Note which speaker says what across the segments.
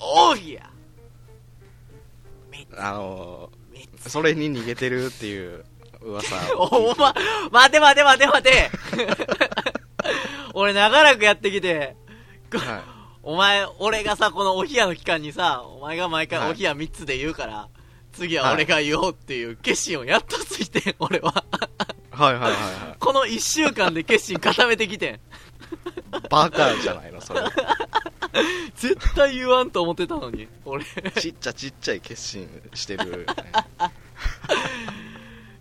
Speaker 1: オーギアめ
Speaker 2: あの
Speaker 1: めっち
Speaker 2: ーそれに逃げてるっていう噂
Speaker 1: ゃ
Speaker 2: を
Speaker 1: おま、待て待て待て待て 俺長らくやってきて、こ
Speaker 2: はい
Speaker 1: お前、俺がさ、このお冷やの期間にさ、お前が毎
Speaker 2: はい
Speaker 1: 回お冷や3つで言うから、次は俺が言おうっていう決心をやっとついてん、 俺は。
Speaker 2: はいはいはいは
Speaker 1: この1週間で決心固めてきてん。
Speaker 2: いバカじゃないの それ
Speaker 1: 絶対言わんと思ってたのに、俺。
Speaker 2: ちっちゃちっちゃい決心してる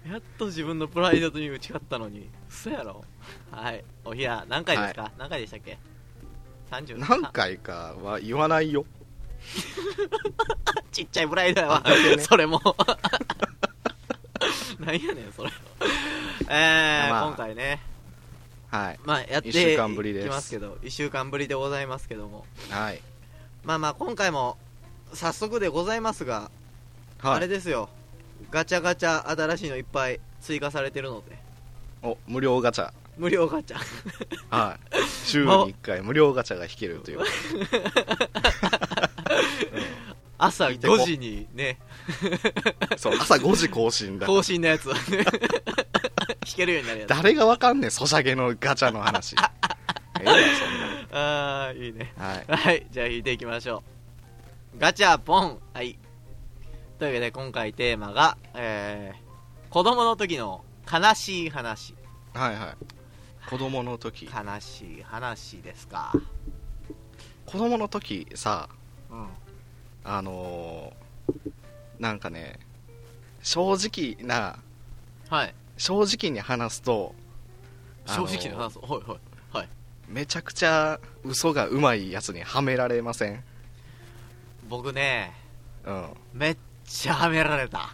Speaker 1: やっと自分のプライドに打ち勝ったのに。嘘やろはい。お冷や、何回ですか、何回でしたっけ ?30?
Speaker 2: 何回かは言わないよ
Speaker 1: ちっちゃいプライドやわ
Speaker 2: あだけね。
Speaker 1: それも。 なんやねん、それ。えー、
Speaker 2: まあ
Speaker 1: 今回ね、
Speaker 2: はい
Speaker 1: まあ、やってい
Speaker 2: 一週間ぶりです
Speaker 1: きますけど、1週間ぶりでございますけども。
Speaker 2: はい
Speaker 1: まあまあ、今回も、早速でございますが、あ
Speaker 2: は
Speaker 1: れ
Speaker 2: い
Speaker 1: ですよ。ガチャガチャ新しいのいっぱい追加されてるので。
Speaker 2: お無料ガチャ
Speaker 1: 無料ガチャ。
Speaker 2: はい 週に1回無料ガチャが引けるという
Speaker 1: 朝
Speaker 2: 聞いてこ
Speaker 1: 5時にね、
Speaker 2: そう朝5時更新だ
Speaker 1: 更新のや つをね、弾けるようになるやつ。
Speaker 2: 誰がわかんねえソシャゲのガチャ の話ええわ
Speaker 1: あー、いいね。
Speaker 2: そんなはい
Speaker 1: はい、じゃあ引いていきましょう。ガチャポンはい。というわけで今回テーマが、えー、子供の時の悲しい話。
Speaker 2: はいはい子供の時
Speaker 1: 悲しい話ですか。
Speaker 2: 子供の時さ
Speaker 1: うん。
Speaker 2: あのーなんかね正直な
Speaker 1: はい。
Speaker 2: 正直に話すとあ
Speaker 1: 正
Speaker 2: のー
Speaker 1: 直に話そう。はいはい。
Speaker 2: めちゃくちゃ嘘がうまいやつにはめられません
Speaker 1: 僕ね、
Speaker 2: うん
Speaker 1: めっちゃはめられ た。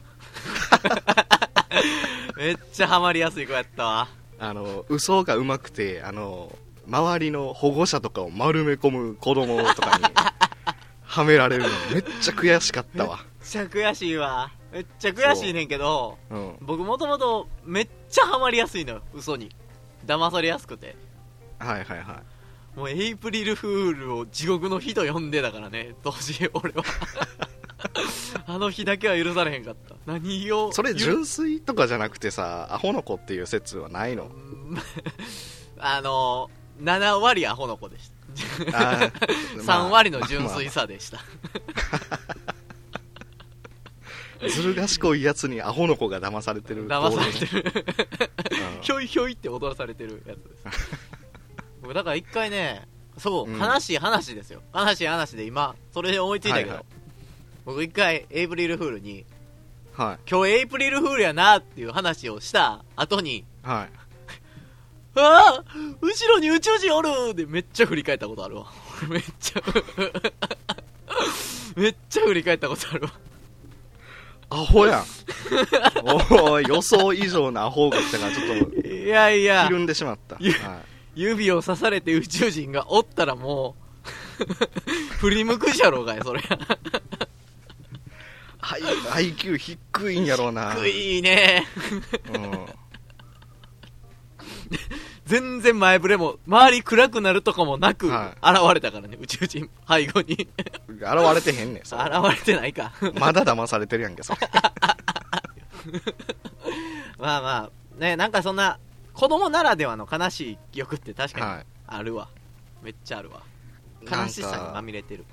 Speaker 1: めっちゃハマりやすい子やったわ。
Speaker 2: あの嘘がうまくてあの周りの保護者とかを丸め込む子供と かにはめられるのめっちゃ悔しかったわ、
Speaker 1: めっちゃ悔しいわ。めっちゃ悔しいねんけど、
Speaker 2: うん、
Speaker 1: 僕もともとめっちゃハマりやすいのよ。嘘に。騙されやすくて。
Speaker 2: はいはいは
Speaker 1: もうエイプリルフールを地獄の日と呼んでたからね当時俺 はあの日だけは許されへんかった何を
Speaker 2: いそれ
Speaker 1: ゆ
Speaker 2: 純粋とかじゃなくてさアホの子っていう説はない の
Speaker 1: あの7割アホの子でした
Speaker 2: あーまあ
Speaker 1: 3割の純粋さでした、
Speaker 2: ずる賢いやつにアホの子が騙されてる
Speaker 1: 騙されてる
Speaker 2: てる、
Speaker 1: ひょいひょいって踊らされてるやつです僕だから一回ねそう、
Speaker 2: うん
Speaker 1: 悲しい話ですよ悲しい話で今それで思いついたけど、
Speaker 2: はいはい
Speaker 1: 僕一回エイプリルフールに
Speaker 2: うんはい
Speaker 1: 今日エイプリルフールやなっていう話をした後に
Speaker 2: はい
Speaker 1: ああ後ろに宇宙人おるでめっちゃ振り返ったことあるわ。 俺めっちゃ、めっちゃ振り返ったことあるわ。
Speaker 2: アホやんおー予想以上のアホが来たからちょっと
Speaker 1: いやいや
Speaker 2: ひ、るんでしまった、
Speaker 1: いや
Speaker 2: はい
Speaker 1: 指を刺されて宇宙人がおったらもう、 振り向くじゃろうがい、それ。
Speaker 2: はい、IQ 低いんやろうな。
Speaker 1: 低いね。
Speaker 2: うん。
Speaker 1: 全然前触れも、周り暗くなるとかもなく、現
Speaker 2: は
Speaker 1: れたからね、宇宙人、背後に。
Speaker 2: 現れてへんねん、そ
Speaker 1: 現
Speaker 2: れ
Speaker 1: れてないか。
Speaker 2: まだ騙されてるやんけ、それ。
Speaker 1: まあまあ、ね、なんかそんな、子供ならではの悲しい記憶って確かに
Speaker 2: は
Speaker 1: あるわめっちゃあるわ
Speaker 2: い。
Speaker 1: 悲しさにまみれてる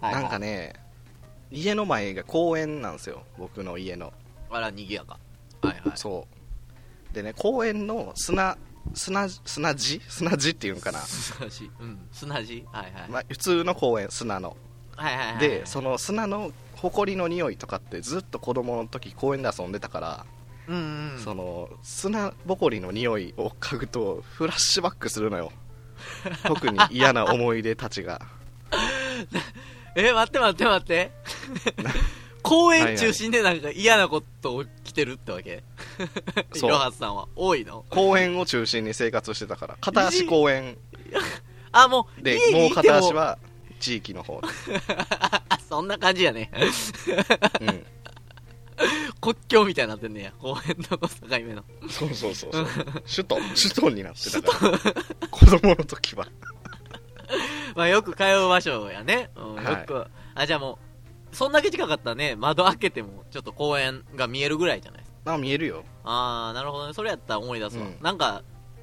Speaker 1: はい
Speaker 2: なんかね、家の前が公園なんですよ、僕の家の。
Speaker 1: あらにぎやかはい はい
Speaker 2: そう。でね、公園の砂、砂、砂地砂地っていうんかな。
Speaker 1: 砂地うん砂地はいはい、
Speaker 2: まあ、普通の公園、砂の。
Speaker 1: はいはいはい
Speaker 2: で、その砂の埃の匂いとかってずっと子供の時公園で遊んでたから、
Speaker 1: うんうんうん
Speaker 2: その砂ぼこりの匂いを嗅ぐとフラッシュバックする のよ特に嫌な思い出たちが
Speaker 1: え待って待って待って 公園中心でなんか嫌なこと起きてるってわけい
Speaker 2: そう
Speaker 1: ろはさんは多いの
Speaker 2: 公園を中心に生活してたから片足公園
Speaker 1: あもう
Speaker 2: で
Speaker 1: 家
Speaker 2: も
Speaker 1: に
Speaker 2: う
Speaker 1: いて
Speaker 2: 片
Speaker 1: も
Speaker 2: 足は地域の方で、
Speaker 1: あそんな感じやね
Speaker 2: う
Speaker 1: 国境みたいになってんねや公園の境目の
Speaker 2: ん、そうそうそうそう首都首都になってたから子供の時は
Speaker 1: まあよく通う場所やね、うん
Speaker 2: はい
Speaker 1: よくあ、じゃあもう、そんだけ近かったらね、窓開けても、ちょっと公園が見えるぐらいじゃないですか。
Speaker 2: まあ見えるよ
Speaker 1: あー、なるほどね。それやったら思い出すわ。
Speaker 2: うん
Speaker 1: なんか、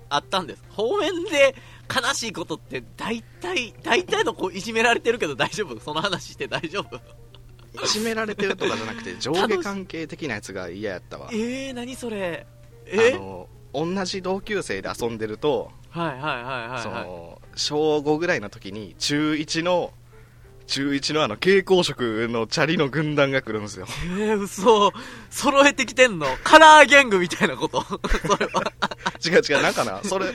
Speaker 1: あったんです。方面で悲しいことって、大体、大体の子いじめられてるけど大丈夫その話して大丈夫
Speaker 2: いじめられてるとかじゃなくて上下関係的なやつが嫌やったわ
Speaker 1: えー、何それえ
Speaker 2: あの同じ同級生で遊んでると、
Speaker 1: はいはいはいはい、
Speaker 2: そ
Speaker 1: はい。
Speaker 2: の小5ぐらいの時に中1の中1のあの蛍光色のチャリの軍団が来るんですよ
Speaker 1: えー、嘘。揃えてきてんのカラーギャングみたいな ことそれは。
Speaker 2: 違う違うなんかなそれ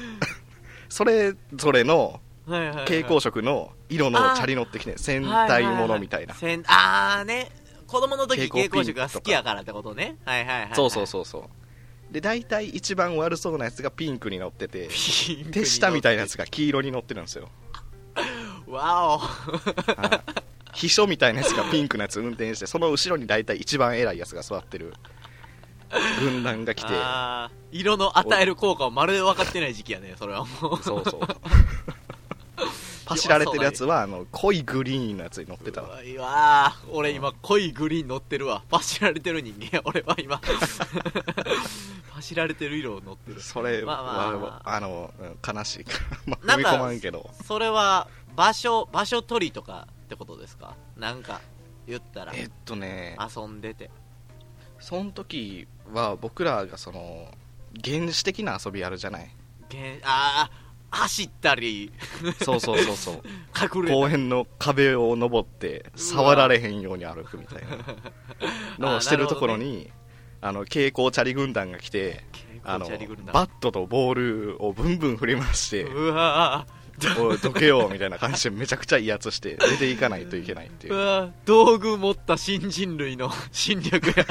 Speaker 2: それぞれの
Speaker 1: はいはい、はい。
Speaker 2: 蛍光色の色のチャリ乗ってきて戦隊ものみたいな、
Speaker 1: せんあーね子供の時蛍
Speaker 2: 蛍
Speaker 1: 光
Speaker 2: 光
Speaker 1: 色
Speaker 2: 色
Speaker 1: が
Speaker 2: が
Speaker 1: 好
Speaker 2: 好
Speaker 1: き
Speaker 2: き
Speaker 1: や
Speaker 2: や
Speaker 1: からってことねはいはいはい、はい、
Speaker 2: そうそうそうそうで大体一番悪そうなやつがピンクに乗ってて
Speaker 1: う
Speaker 2: 手下みたいなや
Speaker 1: つ
Speaker 2: つが黄色に乗ってるんですよ
Speaker 1: わお
Speaker 2: はい秘書みたいなやつがピンクのやつ運転してその後ろに大体一番偉いやつが座ってる軍団が来て
Speaker 1: あー色の与える効果をまるで分かってない時期やねそれはもう
Speaker 2: そう そうパシられてるやつはあの濃いグリーンのやつに乗ってた
Speaker 1: う
Speaker 2: わ
Speaker 1: わいいわー俺今濃いグリーン乗ってるわパシられてる人間俺は今パシられてる色を乗ってる
Speaker 2: それ
Speaker 1: ま
Speaker 2: は、
Speaker 1: あまあま
Speaker 2: あのうん悲しいからま
Speaker 1: な
Speaker 2: あ踏
Speaker 1: ん
Speaker 2: み
Speaker 1: か
Speaker 2: 込まんけど
Speaker 1: それは場所場所取りとかってことですかなんか言ったら
Speaker 2: えっとね
Speaker 1: 遊んでて
Speaker 2: その時は僕らがその原始的な遊びやるじゃない
Speaker 1: げんああ走ったり
Speaker 2: そうそうそうそう
Speaker 1: 隠れ
Speaker 2: 公園の壁を登って触られへんように歩くみたいな のをしてるところに、あの蛍光チャリ軍団が来てあのバ
Speaker 1: ッ
Speaker 2: ットとボールをブンブン振り回 して
Speaker 1: うわ
Speaker 2: 「おいどけよ」みたいな感じでめちゃくちゃ威圧して出ていかないといけない っていうう
Speaker 1: わ道具持った新人類の 侵略 や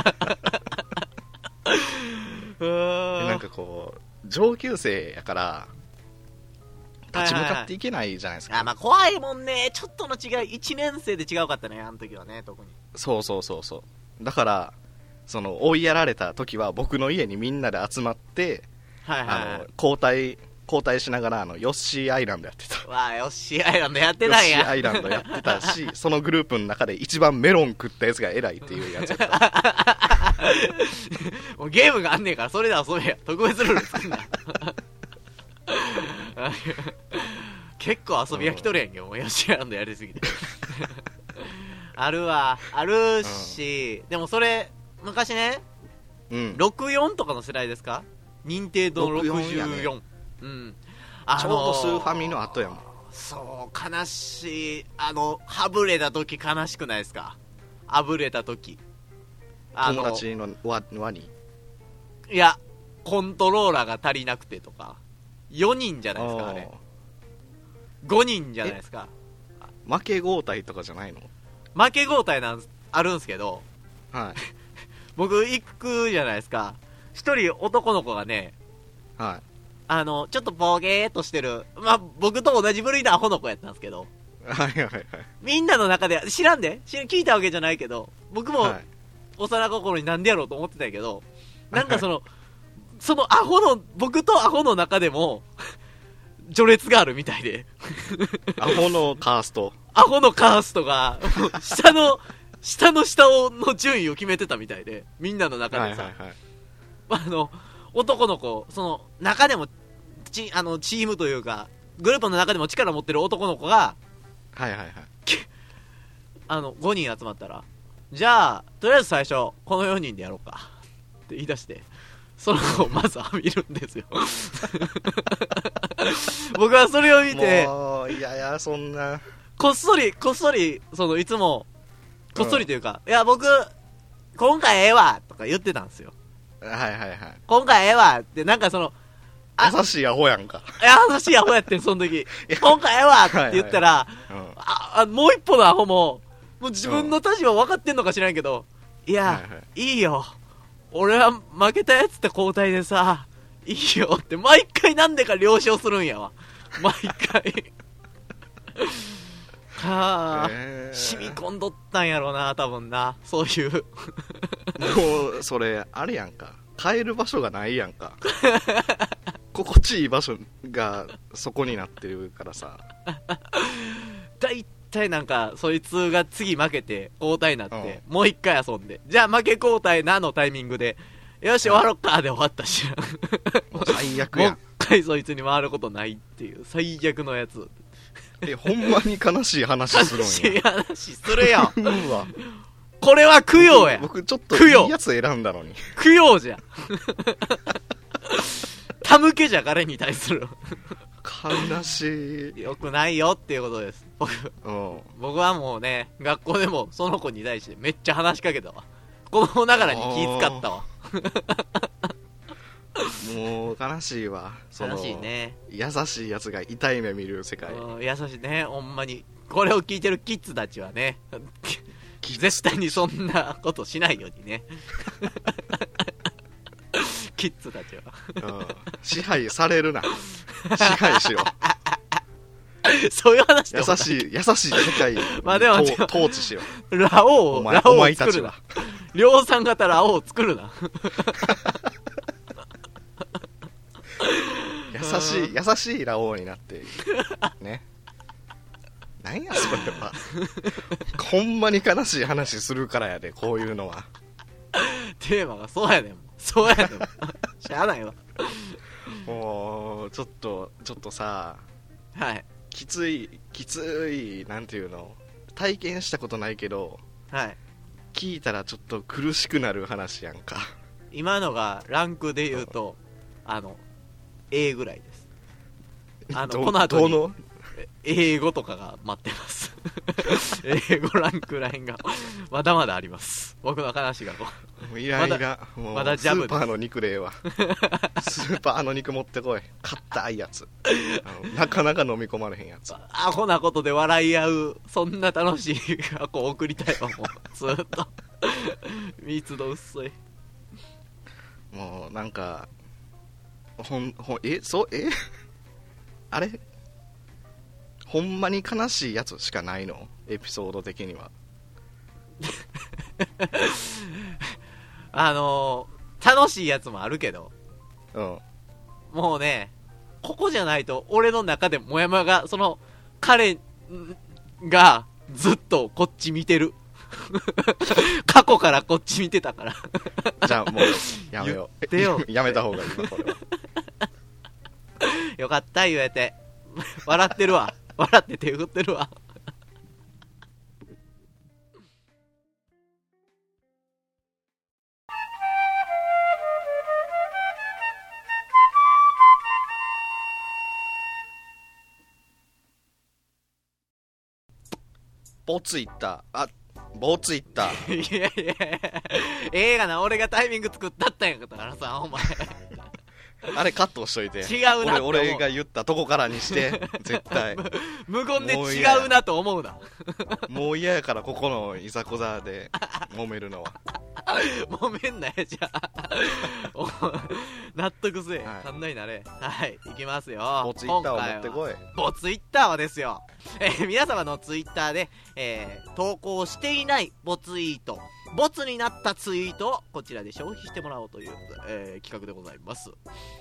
Speaker 1: う
Speaker 2: で
Speaker 1: わ
Speaker 2: なんかこう上級生やから立ち向かっていけないじゃないです
Speaker 1: あ
Speaker 2: か
Speaker 1: まあ怖いもんねちょっとの違い1年生で違うかったねあの時はね特に
Speaker 2: そうそうそうそうだからその追いやられた時は僕の家にみんなで集まって
Speaker 1: はいはい
Speaker 2: あ
Speaker 1: は
Speaker 2: の交代交代しながらあのヨッシーアイランドやってた
Speaker 1: いわあヨッシーアイランドやって
Speaker 2: ヨッ
Speaker 1: たん
Speaker 2: シーア
Speaker 1: や
Speaker 2: イランドやってたし そのグループの中で一番メロン食ったやつが偉いっていうやつや った
Speaker 1: もうゲームがあんねえからそれで遊べや特別ルール作んな結構遊び飽きとるやんけもうヨッシーアイランドやりすぎてあるわあるし、でもそれ昔ね
Speaker 2: うん
Speaker 1: 64とかの世代ですか認定堂の64
Speaker 2: 64やね
Speaker 1: うんあのー
Speaker 2: ちょうどスーファミの後やもん
Speaker 1: そう悲しいあのはぶれた時悲しくないですかあぶれた時あの
Speaker 2: 友達の輪輪に
Speaker 1: いやコントローラーが足りなくてとか4人じゃないですかあれ
Speaker 2: あ
Speaker 1: 5人じゃないですか
Speaker 2: ー負け合体とかじゃないの
Speaker 1: 負け交代なんあるんですけど
Speaker 2: はい
Speaker 1: 僕行くじゃないですか1人男の子がね
Speaker 2: は
Speaker 1: あのちょっとボゲーっとしてるまあ僕と同じ部類のアホの子やったんですけど
Speaker 2: いはいはいはい
Speaker 1: みんなの中で知らんで知らん聞いたわけじゃないけど僕も
Speaker 2: はい
Speaker 1: 幼心になんでやろうと思ってたんやけどなんかそ のそのアホの僕とアホの中でも序列があるみたいで
Speaker 2: アホのカースト
Speaker 1: アホのカーストが、 もう下の、下の下をの順位を決めてたみたいで、みんなの中
Speaker 2: はい
Speaker 1: で
Speaker 2: はい
Speaker 1: さ、
Speaker 2: はい
Speaker 1: あの、男の子、その、中でも、ち、あの、チームというか、グループの中でも力を持ってる男の子が、
Speaker 2: はいはいはい
Speaker 1: あの、5人集まったら、じゃあ、とりあえず最初、この4人でやろうか。って言い出して、その子をまず浴びるんですよ。 僕はそれを見て、
Speaker 2: もういやいやそんな
Speaker 1: こっそり、こっそり、その、いつも、こっそりというか、いや、僕、今回ええわとか言ってたんですよ。
Speaker 2: はいはいはい
Speaker 1: 今回ええわって、なんかその、あ
Speaker 2: 優しいアホやんか、
Speaker 1: いや、優しいアホや ってん、その時
Speaker 2: いや。
Speaker 1: 今回ええわって言ったら、
Speaker 2: うん、
Speaker 1: ああ、もう一歩のアホも、もう自分の立場分かってんのか知らんけど、いや、、
Speaker 2: はいいはい
Speaker 1: よ。俺は負けたやつって交代でさ、いいよって、毎回なんでか了承するんやわ。毎 回。はあ。
Speaker 2: えー
Speaker 1: 染み込んどったんやろうな多分な そういう
Speaker 2: もうそれあれやんか帰る場所がないやんか 心地いい場所がそこになってるからさ
Speaker 1: 大対なんか、そいつが次負けて、交代になって、
Speaker 2: う
Speaker 1: もう一回遊んで、じゃあ負け交代なのタイミングで、よし、終わろっかで終わったし、
Speaker 2: もう最悪
Speaker 1: もう
Speaker 2: や
Speaker 1: 一
Speaker 2: ん
Speaker 1: 回そいつに回ることないっていう、最悪のやつ。
Speaker 2: えほんまに悲しい話する
Speaker 1: 悲し い話するよ
Speaker 2: んやうわ
Speaker 1: これは供養や
Speaker 2: 僕ちょっと
Speaker 1: 供養
Speaker 2: いいやつ選んだのに
Speaker 1: 供養じゃん 手向けじゃ彼に対する
Speaker 2: 悲しい
Speaker 1: よくないよっていうことです僕
Speaker 2: うん
Speaker 1: 僕はもうね学校でもその子に対してめっちゃ話しかけたわ子供ながらに気使ったわ
Speaker 2: もう悲しいわその
Speaker 1: 悲しいね、
Speaker 2: 優しいやつが痛い目見る世界
Speaker 1: うん優しいねほんまにこれを聞いてるキッズたちはね
Speaker 2: キッズ
Speaker 1: 絶対にそんなことしないようにね キッズたちは
Speaker 2: うん支配され るな支配しろ
Speaker 1: そういう話で
Speaker 2: 優
Speaker 1: もない
Speaker 2: しい優しい世界を
Speaker 1: まあでも
Speaker 2: と統治しろ
Speaker 1: ラオ
Speaker 2: お
Speaker 1: ウ、
Speaker 2: 前
Speaker 1: ラオ
Speaker 2: お
Speaker 1: ウを
Speaker 2: 前た
Speaker 1: 作
Speaker 2: ち
Speaker 1: る
Speaker 2: は
Speaker 1: な。量産型ラオウを作るな。
Speaker 2: 優しい優しいラオウになってね なんやそれはほんまに悲しい話するからやでこういうのは
Speaker 1: テーマがそうやねん。そうやねん。しゃあないわ。
Speaker 2: もうちょっとちょっとさ
Speaker 1: はい。
Speaker 2: きついきついなんていうの体験したことないけど
Speaker 1: はい。
Speaker 2: 聞いたらちょっと苦しくなる話やんか
Speaker 1: 今のがランクで言うと、あの、A ぐらいです。あの、
Speaker 2: ど
Speaker 1: この後
Speaker 2: ど
Speaker 1: に
Speaker 2: の
Speaker 1: 英語とかが待って ます。英語ランクラインが、まだまだあります。僕の話がこう。
Speaker 2: もういらんいらんもう
Speaker 1: まだジャブです
Speaker 2: スーパーの肉でええ わスーパーの肉持ってこい硬いやつあのなかなか飲み込まれへんやつ
Speaker 1: アホなことで笑い合う、そんな楽しい学校を送りたいわ、もう。ずーっと。密度薄い。
Speaker 2: もうなんかほんほんえそうえ あれほんまに悲しいやつしかないのエピソード的には
Speaker 1: あのー、楽しいやつもあるけど、
Speaker 2: うん
Speaker 1: もうね、ここじゃないと、俺の中でもやもやが、その、彼んが、ずっとこっち見てる。 過去からこっち見てたから。
Speaker 2: じゃあもうやめよう
Speaker 1: 言ってよ
Speaker 2: やめた方がいいなこれは
Speaker 1: よかった、言えて。笑ってるわ。笑って手振ってるわ。
Speaker 2: ボツイッターあボツイッター
Speaker 1: いやいやいや映画な、俺がタイミング作ったったんやからさ、お前。
Speaker 2: あれカットしといて
Speaker 1: 違うなって思う
Speaker 2: 俺俺が言ったとこからにして絶対
Speaker 1: 無言で違うなと思うな。
Speaker 2: もう嫌やからここのいざこざで揉め るのは
Speaker 1: 揉めんなよ、じゃあ。 お納得せえ
Speaker 2: は。い
Speaker 1: 勘、んない、になれ。はい、いきますよ。
Speaker 2: ボツイッターを持って
Speaker 1: い。
Speaker 2: こい
Speaker 1: ボツイッターはですよ。えー皆様のツイッターで、えー投稿していないボツイート、ボツになったツイートをこちらで消費してもらおうという、えー企画でございます。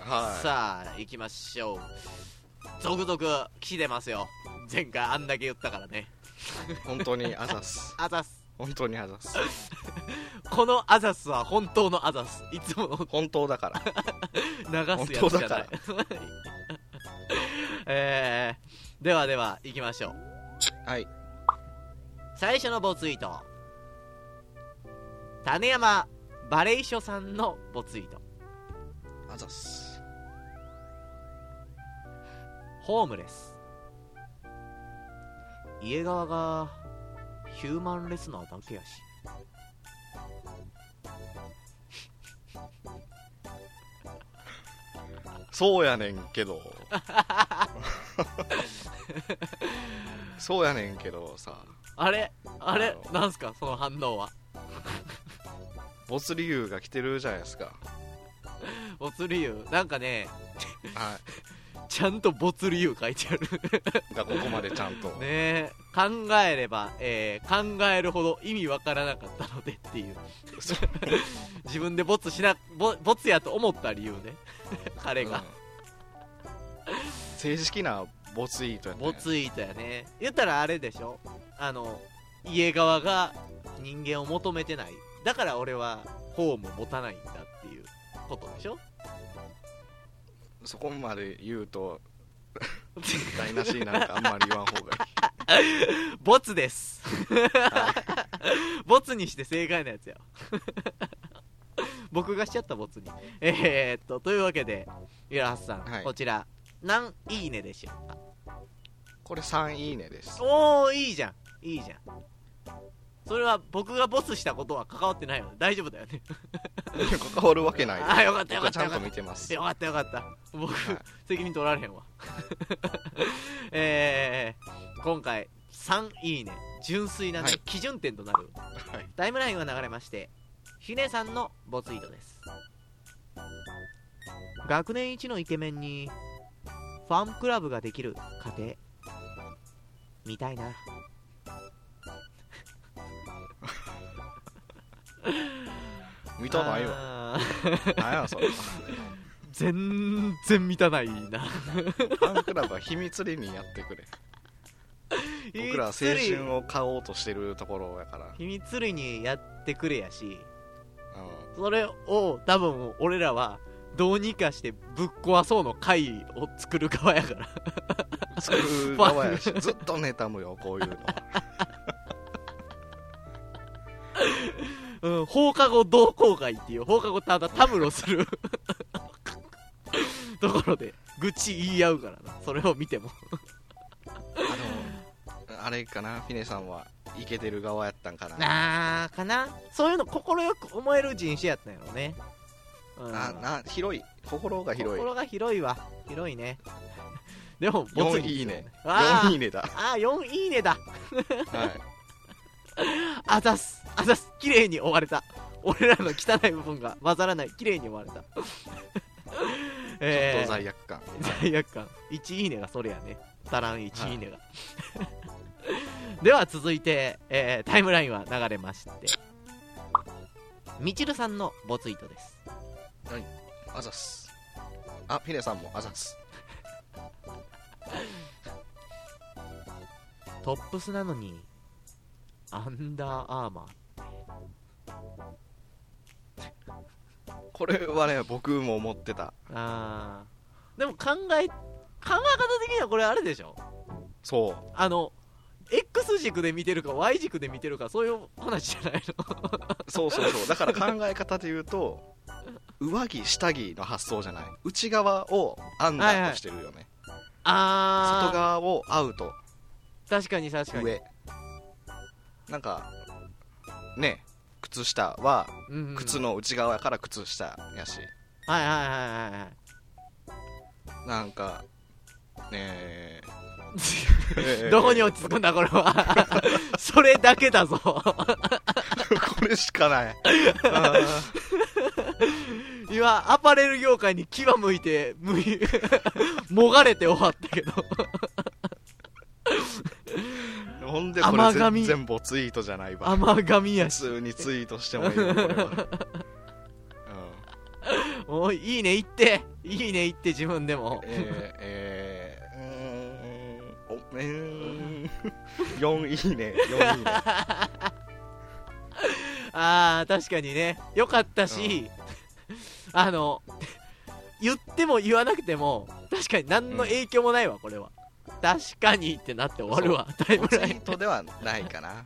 Speaker 2: は
Speaker 1: さあ、行きましょう。続々来てますよ。前回あんだけ言ったからね。
Speaker 2: い本当にあざす
Speaker 1: あざす。
Speaker 2: 本当にあざす
Speaker 1: このあざすは本当のあざす。いつもの
Speaker 2: 本当だから
Speaker 1: 流すやつじゃない えー、ではでは行きましょう
Speaker 2: はい
Speaker 1: 最初のボツイート種山バレイショさんのボツイート
Speaker 2: あざす
Speaker 1: ホームレス家側がヒューマンレスなだけやし
Speaker 2: そうやねん けどそうやねんけどさ
Speaker 1: あれあ
Speaker 2: な
Speaker 1: れ
Speaker 2: るほ
Speaker 1: なんすかその反応は
Speaker 2: ボツ理由が来てるじゃないですか
Speaker 1: ボツ理由なんかね
Speaker 2: は
Speaker 1: ちゃんとボツ理由書い てある
Speaker 2: いだからここまでちゃんと、
Speaker 1: ねえ考えれば、えー考えるほど意味わからなかったのでっていう
Speaker 2: そ
Speaker 1: 自分でボツしなボボツやと思った理由ね 彼が、
Speaker 2: うん正式なボツイートやったん
Speaker 1: ボ
Speaker 2: や
Speaker 1: ツイートやね言ったらあれでしょあの、家側が人間を求めてない。だから俺は、法も持たないんだっていうことでしょ
Speaker 2: そこまで言うと台無しになんかあんまり言わん方がいい
Speaker 1: ボツです。
Speaker 2: は
Speaker 1: ボツにして正解のやつや。僕がしちゃったボツに。えー、っと、というわけで、ゆらはすさん、
Speaker 2: はい
Speaker 1: こちら、何いいねでしょうか
Speaker 2: いこれ3いいねです
Speaker 1: おー、いいじゃん。いいじゃん。それは僕がボツしたことは関わってないよね。大丈夫だよね。
Speaker 2: 関わるわけない
Speaker 1: あー、よかったよ
Speaker 2: 僕
Speaker 1: か
Speaker 2: は
Speaker 1: っ
Speaker 2: ち
Speaker 1: たよ
Speaker 2: ゃん
Speaker 1: か
Speaker 2: と
Speaker 1: った。
Speaker 2: 見てます
Speaker 1: よかったよかった。僕、
Speaker 2: はい
Speaker 1: 責任取られへんわ。 えー、今回、3いいね。純粋なね、
Speaker 2: はい
Speaker 1: 基準点となる
Speaker 2: はい
Speaker 1: タイムラインが流れましてひねさんのボツイートです学年一のイケメンにファンクラブができる家庭みたいな
Speaker 2: 見たないわ
Speaker 1: わ
Speaker 2: 何やそれ
Speaker 1: 全然満たないな
Speaker 2: ファンクラブは秘密裏にやってくれ僕らは青春を買おうとしてるところやから、
Speaker 1: 秘密裏にやってくれやし
Speaker 2: う
Speaker 1: それを多分俺らはどうにかしてぶっ壊そうの会を作る側やから
Speaker 2: ん、作る側やしずっと妬むよこ ういうのは
Speaker 1: うん、放課後同好会っていう、放課後ただたむろす るところで、愚痴言い合うからな、それを見ても。
Speaker 2: あのあれかなフィネさんはイケてる側やったんかな
Speaker 1: あー、かなそういうの快く思える人種やったんやろね。うん、
Speaker 2: あな広い心が広い
Speaker 1: 心が広いわ。広いね。でも、ボツ
Speaker 2: 4
Speaker 1: に
Speaker 2: いいね
Speaker 1: あー
Speaker 2: 4いいねだ
Speaker 1: あー、4いいねだ。
Speaker 2: はい
Speaker 1: あざっす。あざっす。綺麗に終われた。俺らの汚い部分が混ざらない。綺麗に終わ れた。
Speaker 2: ちょっ
Speaker 1: え
Speaker 2: と
Speaker 1: ー
Speaker 2: 罪悪感
Speaker 1: 罪悪感1いいねがそれやね足らん1いいねが、 では続いて、えータイムラインは流れましてみちるさんのボツイートです
Speaker 2: あざっすあフィネさんもあざっす
Speaker 1: トップスなのにアンダーアーマー
Speaker 2: これはね僕も思ってた
Speaker 1: あーでも考え考え方的にはこれあれでしょ
Speaker 2: そう
Speaker 1: あの X 軸で見てるか Y 軸で見てるかそういう話じゃないの
Speaker 2: そうそうそうだから考え方で言うと 上着下着の発想じゃない内側をアンダーとしてるよね、
Speaker 1: あー
Speaker 2: 外側をアウト
Speaker 1: 確かに確かに、
Speaker 2: 上なんかね靴下は
Speaker 1: うんうん
Speaker 2: 靴の内側やから靴下やし、
Speaker 1: はいはいはいはいはい
Speaker 2: なんか ねえ
Speaker 1: どこに落ち着くんだ、これは。それだけだぞ。
Speaker 2: これしかないあー
Speaker 1: 今、アパレル業界に牙向いて、向い、 もがれて終わったけど。
Speaker 2: ほんでこ
Speaker 1: 甘
Speaker 2: れ
Speaker 1: 噛み
Speaker 2: 全然ボツイートじゃないわ
Speaker 1: 甘噛みや
Speaker 2: 普
Speaker 1: し。
Speaker 2: 通にツイートしてもいいよこれは、うん
Speaker 1: おい、いいね言って。いいね言って、自分でも。
Speaker 2: えー、えー、うーん、お、え ー、4いいね、4いいね。
Speaker 1: あー、確かにね。よかったし、あの、言っても言わなくても、確かに何の影響もないわ、これは。確かにってなって終わるわ、タイム
Speaker 2: ツイ
Speaker 1: ライ
Speaker 2: ー
Speaker 1: ン。
Speaker 2: トではないかな。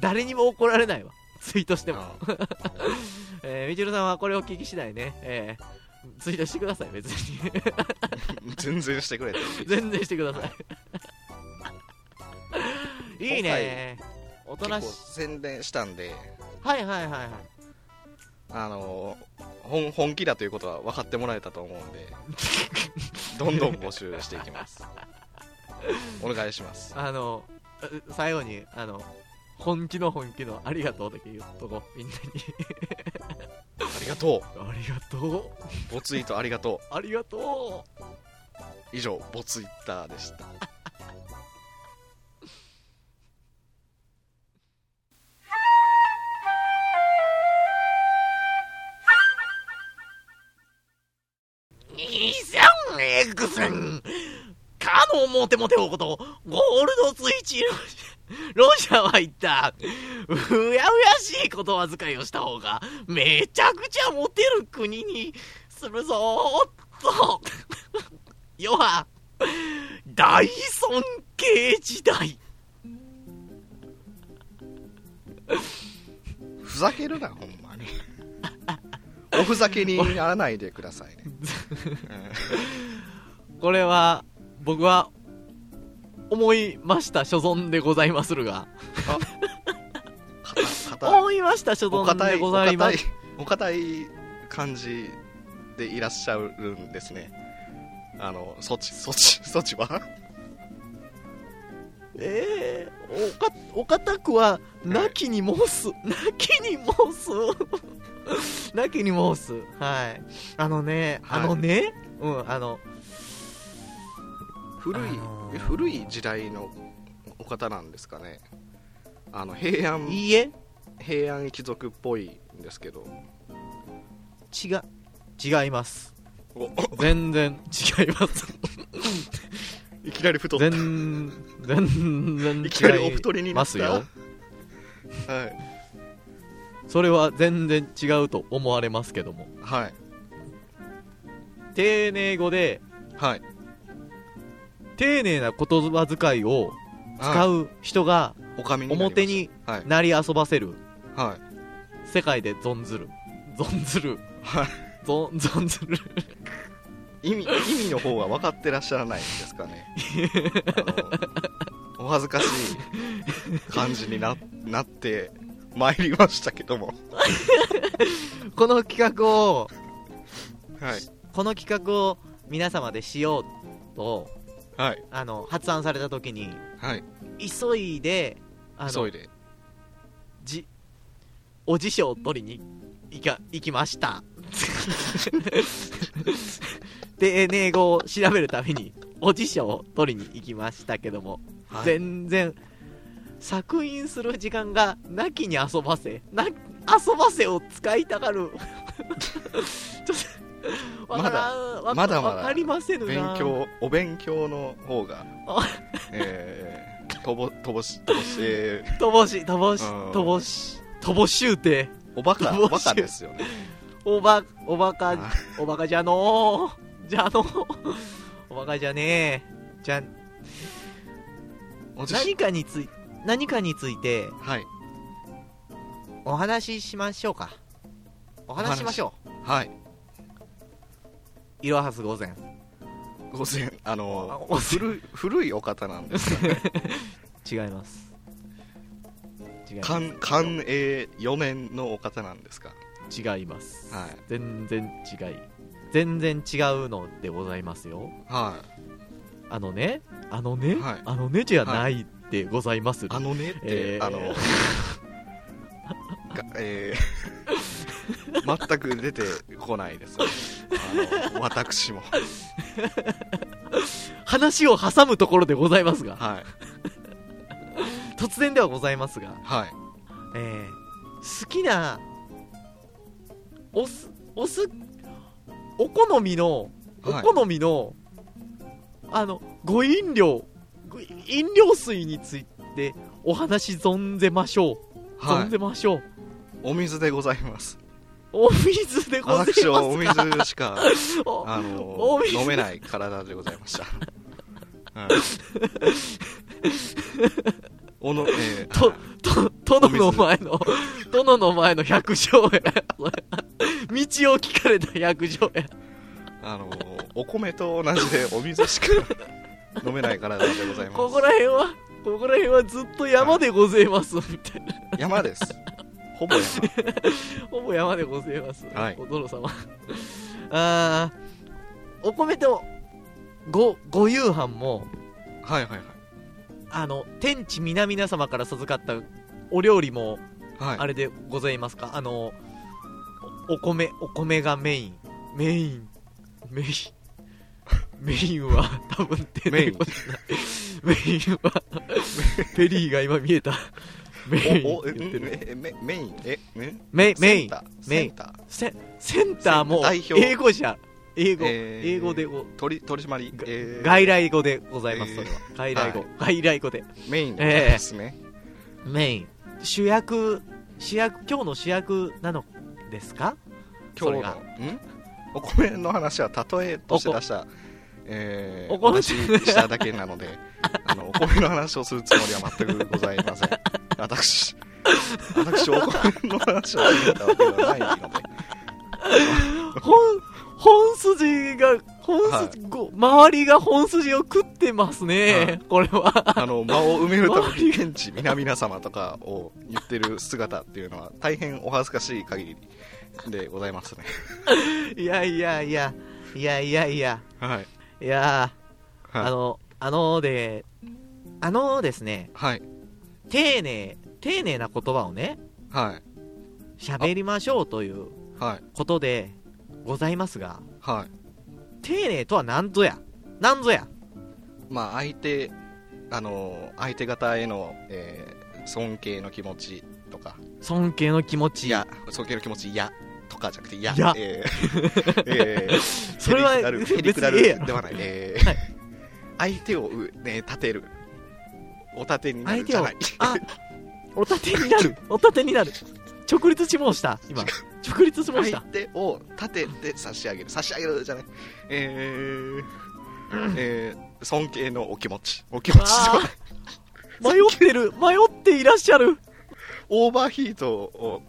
Speaker 1: 誰にも怒られないわ。ツイートして
Speaker 2: で
Speaker 1: も
Speaker 2: も。、
Speaker 1: えー、みちるさんはこれを聞き次第ね、えー、ツイートしてください、別に。
Speaker 2: 全然してくれてる。
Speaker 1: 全然してください。 いいね。おとな
Speaker 2: 結
Speaker 1: し
Speaker 2: 構宣伝したんで、
Speaker 1: はいはいはいはい。
Speaker 2: あのー、本本気だということは分かってもらえたと思うん で、どんどん募集していきます。お願いします。
Speaker 1: あの、う最後に、あの、本気の本気のありがとうだけ言っとこう、みんなに。
Speaker 2: ありがと
Speaker 1: ありがとう。
Speaker 2: う。ボツイートありがと
Speaker 1: ありがとう。
Speaker 2: う。以上、ボツイッターでした。
Speaker 1: 2000X かのモテモテおこと、ゴールドツイッチのロジャーは言った、うやうやしい言葉遣いをした方が、めちゃくちゃモテる国にするぞーっと。 要は、大尊敬時代。
Speaker 2: ふざけるなほんまにおふざけにならないでくださ いね、
Speaker 1: これは、僕は、思いました所存でございまするが。
Speaker 2: うん硬い
Speaker 1: 思いました所
Speaker 2: お
Speaker 1: 存
Speaker 2: 堅
Speaker 1: で
Speaker 2: いお
Speaker 1: ございま
Speaker 2: 堅い
Speaker 1: す。
Speaker 2: お堅い感じでいらっしゃるんですねあのそっちそっ ちそっちは
Speaker 1: えー、おか、お堅くは、なきに申 す。なきに申す。 なきに申す。はい。あのね、
Speaker 2: は
Speaker 1: あ
Speaker 2: い
Speaker 1: のね、うん、あの、
Speaker 2: 古い、
Speaker 1: あのー
Speaker 2: 古い時代のお方なんですかねあの平安
Speaker 1: いいえ、
Speaker 2: 平安貴族っぽいんですけど
Speaker 1: 違う、違います。
Speaker 2: お
Speaker 1: 全然違います。
Speaker 2: いきなり太った
Speaker 1: 全、全然違いますよ。
Speaker 2: いきなりお太りになっ
Speaker 1: ま
Speaker 2: た
Speaker 1: すよ。
Speaker 2: はい
Speaker 1: それは全然違うと思われますけども。
Speaker 2: はい
Speaker 1: 丁寧語で、
Speaker 2: はい
Speaker 1: 丁寧な言葉遣いを使
Speaker 2: は
Speaker 1: う人が
Speaker 2: いお上になります
Speaker 1: 表に
Speaker 2: はい
Speaker 1: なり遊ばせる
Speaker 2: は
Speaker 1: 世界で存ずる存ずる
Speaker 2: いはい
Speaker 1: 存存ずる
Speaker 2: 意味意味の方は分かってらっしゃらないんですかねあのお恥ずかしい感じにななってまいりましたけども
Speaker 1: この企画を
Speaker 2: はい
Speaker 1: この企画を皆様でしようと
Speaker 2: はい
Speaker 1: あの発案された時に
Speaker 2: はい
Speaker 1: 急いであの
Speaker 2: 急いで
Speaker 1: じお辞書を取りに行か行きました で英語を調べるためにお辞書を取りに行きましたけども
Speaker 2: はい
Speaker 1: 全然作品する時間がなきに遊ばせな遊ばせを使いたがるちょっとわからんわ
Speaker 2: まだまだ
Speaker 1: わかりませぬ
Speaker 2: 勉
Speaker 1: な
Speaker 2: 強お勉強の方が
Speaker 1: あ、
Speaker 2: えー、とぼとぼしとぼし、えー
Speaker 1: とぼしとぼし
Speaker 2: うん
Speaker 1: とぼしとぼしゅうて
Speaker 2: おバカ
Speaker 1: とぼ
Speaker 2: お
Speaker 1: し
Speaker 2: バカですよね
Speaker 1: おばおば
Speaker 2: あ
Speaker 1: かおばかじゃのーじゃのーおばかじゃねえじゃ
Speaker 2: おじ
Speaker 1: 何かについ何かについて
Speaker 2: はい
Speaker 1: お話ししましょうかお話ししましょう
Speaker 2: はい
Speaker 1: いろはす午前
Speaker 2: 午前あの
Speaker 1: あ
Speaker 2: 古い古いお方なん ですが
Speaker 1: 違います違います
Speaker 2: 寛寛永4年のお方なんですか
Speaker 1: 違います、
Speaker 2: はい
Speaker 1: 全然違い全然違うのでございますよ
Speaker 2: はい
Speaker 1: あのねあのね、
Speaker 2: はい
Speaker 1: あのねじゃないでございまする、
Speaker 2: あのねって、
Speaker 1: えー
Speaker 2: あの がえー全く出てこないですあの私も
Speaker 1: 話を挟むところでございますが
Speaker 2: はい
Speaker 1: 突然ではございますが、
Speaker 2: はい
Speaker 1: えー好きなおすおすお好みのお
Speaker 2: はい
Speaker 1: 好みの、あのご飲料ご飲料水についてお話し存ぜましょう
Speaker 2: は
Speaker 1: 飲ん
Speaker 2: い
Speaker 1: でましょう。
Speaker 2: お水でございます
Speaker 1: お水でございます
Speaker 2: 私はお
Speaker 1: か。
Speaker 2: 水しか
Speaker 1: お
Speaker 2: あ
Speaker 1: お
Speaker 2: の
Speaker 1: 水
Speaker 2: 飲めない体でございました、はいおのえー
Speaker 1: と
Speaker 2: はい、
Speaker 1: と、殿の前の、殿の前の百姓や。道を聞かれた百姓や。
Speaker 2: あのお米と同じでお水しか飲めない体でございます
Speaker 1: ここら辺は、ここら辺はずっと山でございます。みたいな。
Speaker 2: 山ですほぼ山
Speaker 1: ほぼ山でございます。
Speaker 2: はい
Speaker 1: お殿様。 あー、お米と、ご、ご夕飯も、
Speaker 2: はいはい
Speaker 1: あの、天地皆々様から授かったお料理も、
Speaker 2: はいは
Speaker 1: あ
Speaker 2: い
Speaker 1: れでございますかあのおお米お米がメインメイン メインメインは多分出てこない メイン はペリーが今見えたメイン
Speaker 2: おお
Speaker 1: って言ってる
Speaker 2: えメメインええ
Speaker 1: メインメ
Speaker 2: セ
Speaker 1: イン
Speaker 2: ター
Speaker 1: メイ
Speaker 2: セ
Speaker 1: ン
Speaker 2: ンター
Speaker 1: セセンターも
Speaker 2: 代表
Speaker 1: 英語じゃ英語、
Speaker 2: えー
Speaker 1: 英語でご、
Speaker 2: 取り取り締まり、えー
Speaker 1: 外来語でございます、それは。外来語、
Speaker 2: は
Speaker 1: 外来語で。
Speaker 2: メインですね、
Speaker 1: メイン。主役、主役、今日の主役なのですかそれ
Speaker 2: 今日
Speaker 1: が
Speaker 2: のんお米の話は例えとして出したえー、
Speaker 1: お
Speaker 2: お
Speaker 1: 米
Speaker 2: 話ししただけ なのであのお米の話をするつもりは全くございません私私お米の話をしてたわけではないので
Speaker 1: 本、本筋が、本筋、ご周りが本筋を食ってますね、
Speaker 2: はい
Speaker 1: これは。
Speaker 2: あの間を埋めるために現地皆々様とかを言ってる姿っていうのは大変お恥ずかしい限りでございますね
Speaker 1: いやいやいや、いやいやいや、
Speaker 2: はい
Speaker 1: いやー、あ
Speaker 2: はい
Speaker 1: の、あので、あのですね、
Speaker 2: はい
Speaker 1: 丁寧、丁寧な言葉をね、
Speaker 2: はい
Speaker 1: 喋りましょうという
Speaker 2: はい
Speaker 1: ことでございますが、
Speaker 2: はい
Speaker 1: 丁寧とは何ぞや。何ぞや。
Speaker 2: まあ相手あの相手方への、えー尊敬の気持ちとか
Speaker 1: 尊敬の気持
Speaker 2: い
Speaker 1: ち。
Speaker 2: や尊敬の気持ちいやとかじゃなくていや
Speaker 1: いや
Speaker 2: えーえー
Speaker 1: それは
Speaker 2: へりくだるへりくだ
Speaker 1: 別にええや
Speaker 2: る
Speaker 1: ろ
Speaker 2: ではない、えー
Speaker 1: はい
Speaker 2: 相手をう、ね、立てるお立てになるじゃない
Speaker 1: あ、おたてになる。おたてになる。直立しもした。今。直立しもし
Speaker 2: 相
Speaker 1: た。
Speaker 2: 手を立てて差し上げる差し上げるじゃないえーえー尊敬のお気持ちお気持ちじゃない
Speaker 1: あー迷ってる。迷っていらっしゃる。
Speaker 2: オーバーヒートを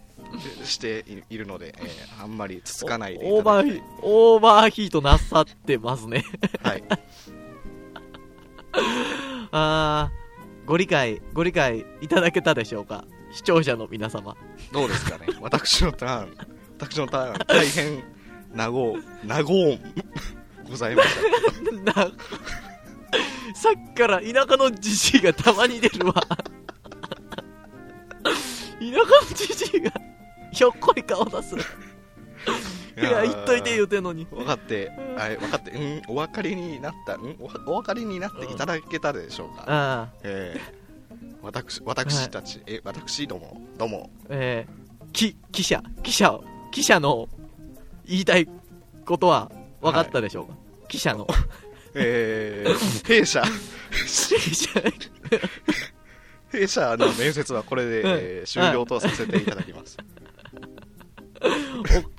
Speaker 2: しているので、えーあんまりつつかないで
Speaker 1: オ
Speaker 2: い
Speaker 1: ーバ
Speaker 2: ただ
Speaker 1: ー
Speaker 2: き
Speaker 1: ヒ
Speaker 2: たい
Speaker 1: ー、オーバーヒートなさってますね。
Speaker 2: はい、
Speaker 1: あー、ご理解、ご理解いただけたでしょうか視聴者の皆様。
Speaker 2: どうですかね私のターン私のターン大変なごなごございまし
Speaker 1: な、さっきから田舎のじじいがたまに出るわ。田舎のじじいが、ひょっこり顔出す。 い
Speaker 2: た
Speaker 1: や、言っといて言うてんのに。
Speaker 2: 分かってはい分かってうんお分かりになったうんおお分かりになっていただけたでしょうか、
Speaker 1: ああ、
Speaker 2: えー私私たち、え私どもども
Speaker 1: えー、き、記者、記者、記者の言いたいことは分かったでしょうか、記者の。
Speaker 2: えー弊社
Speaker 1: 記者
Speaker 2: 弊社の面接はこれで、えー終了とさせていただきます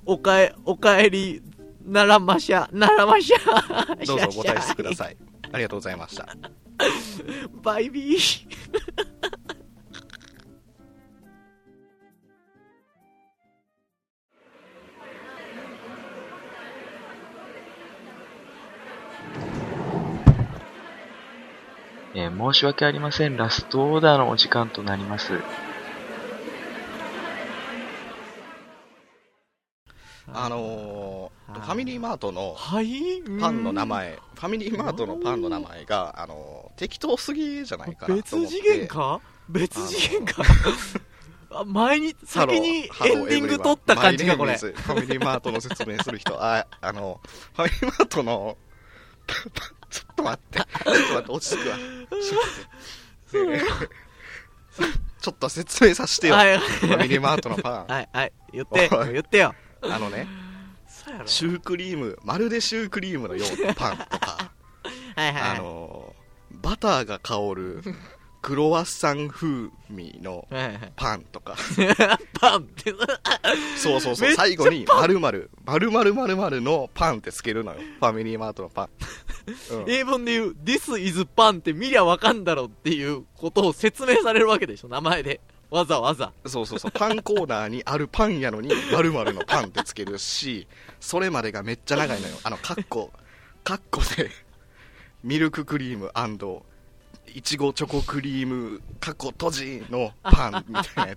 Speaker 1: お、おかえ、おかえり、ならましゃ、ならましゃ。
Speaker 2: どうぞご退出くだ
Speaker 1: い。
Speaker 2: さい。ありがとうございました。
Speaker 1: バイビー。
Speaker 3: えー申し訳ありません。ラストオーダーのお時間となります。
Speaker 2: あのー
Speaker 1: はい
Speaker 2: ファミリーマートの
Speaker 1: はい
Speaker 2: パンの名前、ファミリーマートのパンの名前が、あのー適当すぎじゃないかなと
Speaker 1: 別
Speaker 2: 思って
Speaker 1: 次元か別次元かあ 前に
Speaker 2: ハロー
Speaker 1: 先にエ
Speaker 2: ハロ
Speaker 1: ンディング
Speaker 2: エブリワ
Speaker 1: 取った感じかこ
Speaker 2: My
Speaker 1: れ
Speaker 2: name is ファミリーマートの説明する人、あ、あの、ファミリーマートの、 ちょっと待って、ちょっと待って、落ち着くわ。ちょっと待って。ちょっと説明させてよ。
Speaker 1: は
Speaker 2: フ
Speaker 1: い
Speaker 2: ァミリーマートの パ
Speaker 1: はいはい言って
Speaker 2: おい
Speaker 1: 言ってよ
Speaker 2: ン。あのね、
Speaker 1: そうやろ
Speaker 2: シュークリーム、まるでシュークリームのようなパンとか、
Speaker 1: はいはい
Speaker 2: あのーバターが香るクロワッサン風味の
Speaker 1: はいはい
Speaker 2: パンとか
Speaker 1: パンって
Speaker 2: そうそうそ
Speaker 1: め
Speaker 2: う
Speaker 1: っちゃ
Speaker 2: 最後に丸々丸々丸々のパンってつけるのよファミリーマートのパン、うん
Speaker 1: 英文で言う「This is パン」って見りゃわかんだろうっていうことを説明されるわけでしょ名前で わざわざ
Speaker 2: そうそうそうパンコーナーにあるパンやのに丸々のパンってつけるしそれまでがめっちゃ長いのよあのカッコカッコでミルククリームいちごチョコクリームカッコ閉じのパンみたいなや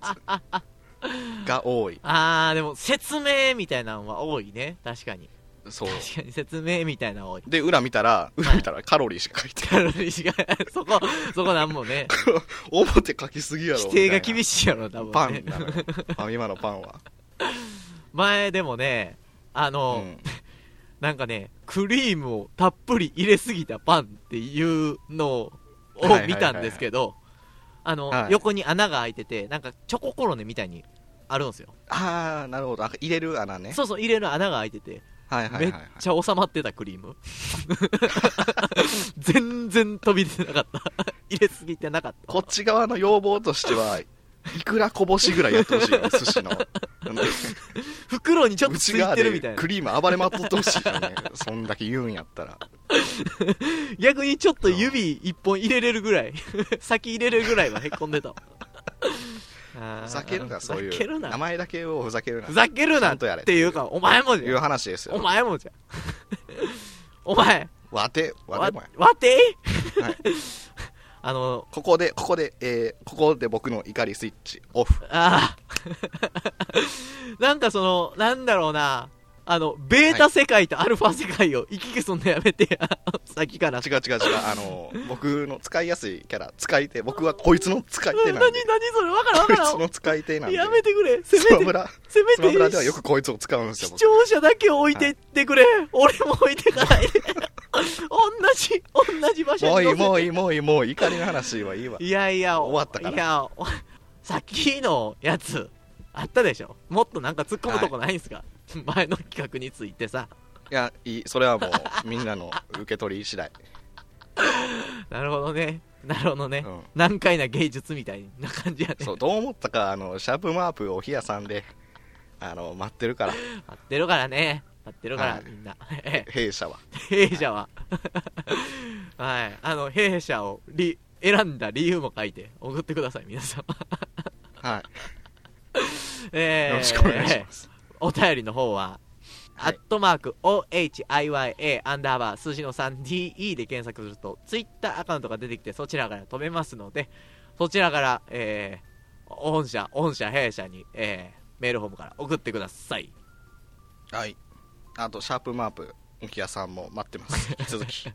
Speaker 2: つが多い
Speaker 1: あーでも説明みたいなのは多いね確かに
Speaker 2: そう
Speaker 1: 確かに説明みたいなの多い
Speaker 2: で、裏見たら、裏見たらカロリーしか書いて
Speaker 1: カロリーが そこそこなんもね
Speaker 2: ない。表書きすぎやろ。
Speaker 1: 規定が厳
Speaker 2: しい
Speaker 1: しいやろ多
Speaker 2: な。パ
Speaker 1: 分 ね
Speaker 2: ンなのよ。あ今のパンは。
Speaker 1: 前でもねあ
Speaker 2: う
Speaker 1: の、
Speaker 2: ん。
Speaker 1: なんかねクリームをたっぷり入れすぎたパンっていうのを
Speaker 2: はいはいはいはい
Speaker 1: 見たんですけどあの、
Speaker 2: はい
Speaker 1: 横に穴が開いててなんかチョココロネみたいにあるんですよ、
Speaker 2: あー、なるほど。あ入れる穴ね。
Speaker 1: そうそう入れる穴が開いてて
Speaker 2: はいはいは
Speaker 1: め
Speaker 2: い
Speaker 1: っ
Speaker 2: はい
Speaker 1: ちゃ収まってたクリーム 全然飛び出てなかった入れすぎてなかった
Speaker 2: こっち側の要望とし ては、いくらこぼしぐらいやってほしいの、寿司の。
Speaker 1: 袋にちょっとつ
Speaker 2: 内
Speaker 1: い
Speaker 2: 側
Speaker 1: てるみた
Speaker 2: で
Speaker 1: いな
Speaker 2: クリーム暴れまっとってほしいよね。そんだけ言うんやったら。
Speaker 1: 逆にちょっと指一本入れれるぐらい 先入れれるぐらいはへこんでたわあー
Speaker 2: ふざけるな、そうい
Speaker 1: ふざける
Speaker 2: う。名
Speaker 1: な
Speaker 2: 前だけをふざけるな。
Speaker 1: ふざける
Speaker 2: ち
Speaker 1: な
Speaker 2: ゃん
Speaker 1: っ
Speaker 2: とやれ
Speaker 1: ていうかお前もじ
Speaker 2: いう
Speaker 1: ゃん
Speaker 2: 話です
Speaker 1: お
Speaker 2: よ。
Speaker 1: 前もじゃんお前
Speaker 2: わて、わ
Speaker 1: わ
Speaker 2: てもや。
Speaker 1: わて、
Speaker 2: はい
Speaker 1: あの
Speaker 2: ここで、ここで、えーここで僕の怒りスイッチオフ。
Speaker 1: ああ なんかそのなんだろうなあのベータ世界とアルファ世界を行き来すんのやめて や先から
Speaker 2: 違う違う違う、あの、僕の使いやすいキャラ、使い手、僕はこいつの使い手
Speaker 1: 何
Speaker 2: なん
Speaker 1: 何
Speaker 2: で。
Speaker 1: それわからん
Speaker 2: こい
Speaker 1: わ
Speaker 2: つ
Speaker 1: か
Speaker 2: の使い手な
Speaker 1: らん
Speaker 2: んで。
Speaker 1: やめてくれせ
Speaker 2: スマ
Speaker 1: め
Speaker 2: ブ
Speaker 1: て
Speaker 2: ラ、
Speaker 1: せめ
Speaker 2: スマブラ
Speaker 1: て
Speaker 2: ではよくこいつを使うんですよ
Speaker 1: 視、
Speaker 2: 僕
Speaker 1: 聴者だけ置いてってくれ、俺も置いてかないで同じ同じ場所に
Speaker 2: もういい
Speaker 1: 乗せて
Speaker 2: もういいもういいもういい怒りの話はいいわ
Speaker 1: いやいや、
Speaker 2: 終わったから
Speaker 1: いや、おさっきのやつ、あったでしょもっとなんか突っ込むとこないんすか、前の企画についてさ。
Speaker 2: いやいいそれはもうみんなの受け取り 次第、
Speaker 1: なるほどね。なるほどね。
Speaker 2: うん
Speaker 1: 難解な芸術みたいな感じやね。
Speaker 2: そうどう思ったかあのシャープマープおひやさんであの待ってるから
Speaker 1: 合ってるからね。合ってるから、
Speaker 2: はい
Speaker 1: みんな。ええ
Speaker 2: 弊社は
Speaker 1: 弊社は。はい。あの、弊社をり選んだ理由も書いて送ってください、皆様。
Speaker 2: はい、
Speaker 1: ええ
Speaker 2: よろしくお願いします、
Speaker 1: お便りの方は、
Speaker 2: はい
Speaker 1: アットマーク OHIYA アンダーバー数字の 3DE で検索するとツイッターアカウントが出てきてそちらから飛べますのでそちらから、えー、御社御社弊社に、えー、メールホームから送ってください
Speaker 2: はい、あとシャープマープおひやさんも待ってます引き続き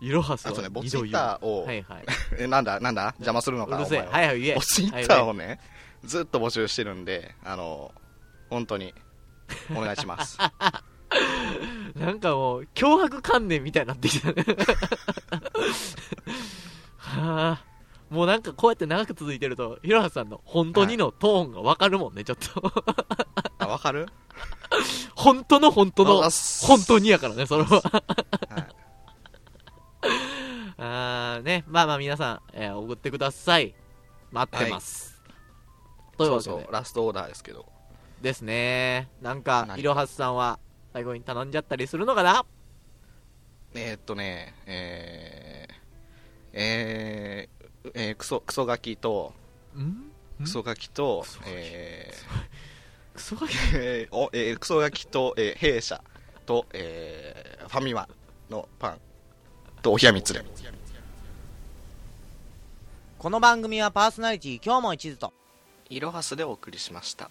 Speaker 1: いろはす
Speaker 2: あと
Speaker 1: ごい
Speaker 2: ねボ
Speaker 1: い
Speaker 2: ツイ
Speaker 1: ろ
Speaker 2: ッ
Speaker 1: いろは
Speaker 2: ターを、
Speaker 1: いはい
Speaker 2: えなんだなんだ 邪魔するの
Speaker 1: う
Speaker 2: か
Speaker 1: るせえ
Speaker 2: お前は
Speaker 1: 早く言え
Speaker 2: ボツイッターをねずっと募集してるんであの本当にお願いします
Speaker 1: なんかもう脅迫観念みたいになってきたねはあもうなんかこうやって長く続いてるといろはさんの本当にのトーンがわかるもんねちょっと
Speaker 2: あわかる
Speaker 1: 本当の本当の、
Speaker 2: わかっす
Speaker 1: 本当にやからね、それは。
Speaker 2: はい
Speaker 1: あーね、まあまあ皆さん、えー送ってください。待ってます。という
Speaker 2: そ
Speaker 1: わけ
Speaker 2: う
Speaker 1: で
Speaker 2: そうラストオーダーですけど
Speaker 1: ですね。なんか、
Speaker 2: 何
Speaker 1: いろはすさんは、最後に頼んじゃったりするのかな
Speaker 2: えーっとね、えー、えー、えークソ、クソガキと、
Speaker 1: ん
Speaker 2: クソガキと
Speaker 1: クソ、ガキ
Speaker 2: え
Speaker 1: クソガキ
Speaker 2: ー、えー おえークソガキと、えー弊社と、えーファミマのパンとおひやみつれ。
Speaker 4: この番組はパーソナリティ今日も一途と
Speaker 2: いろはすでお送りしました。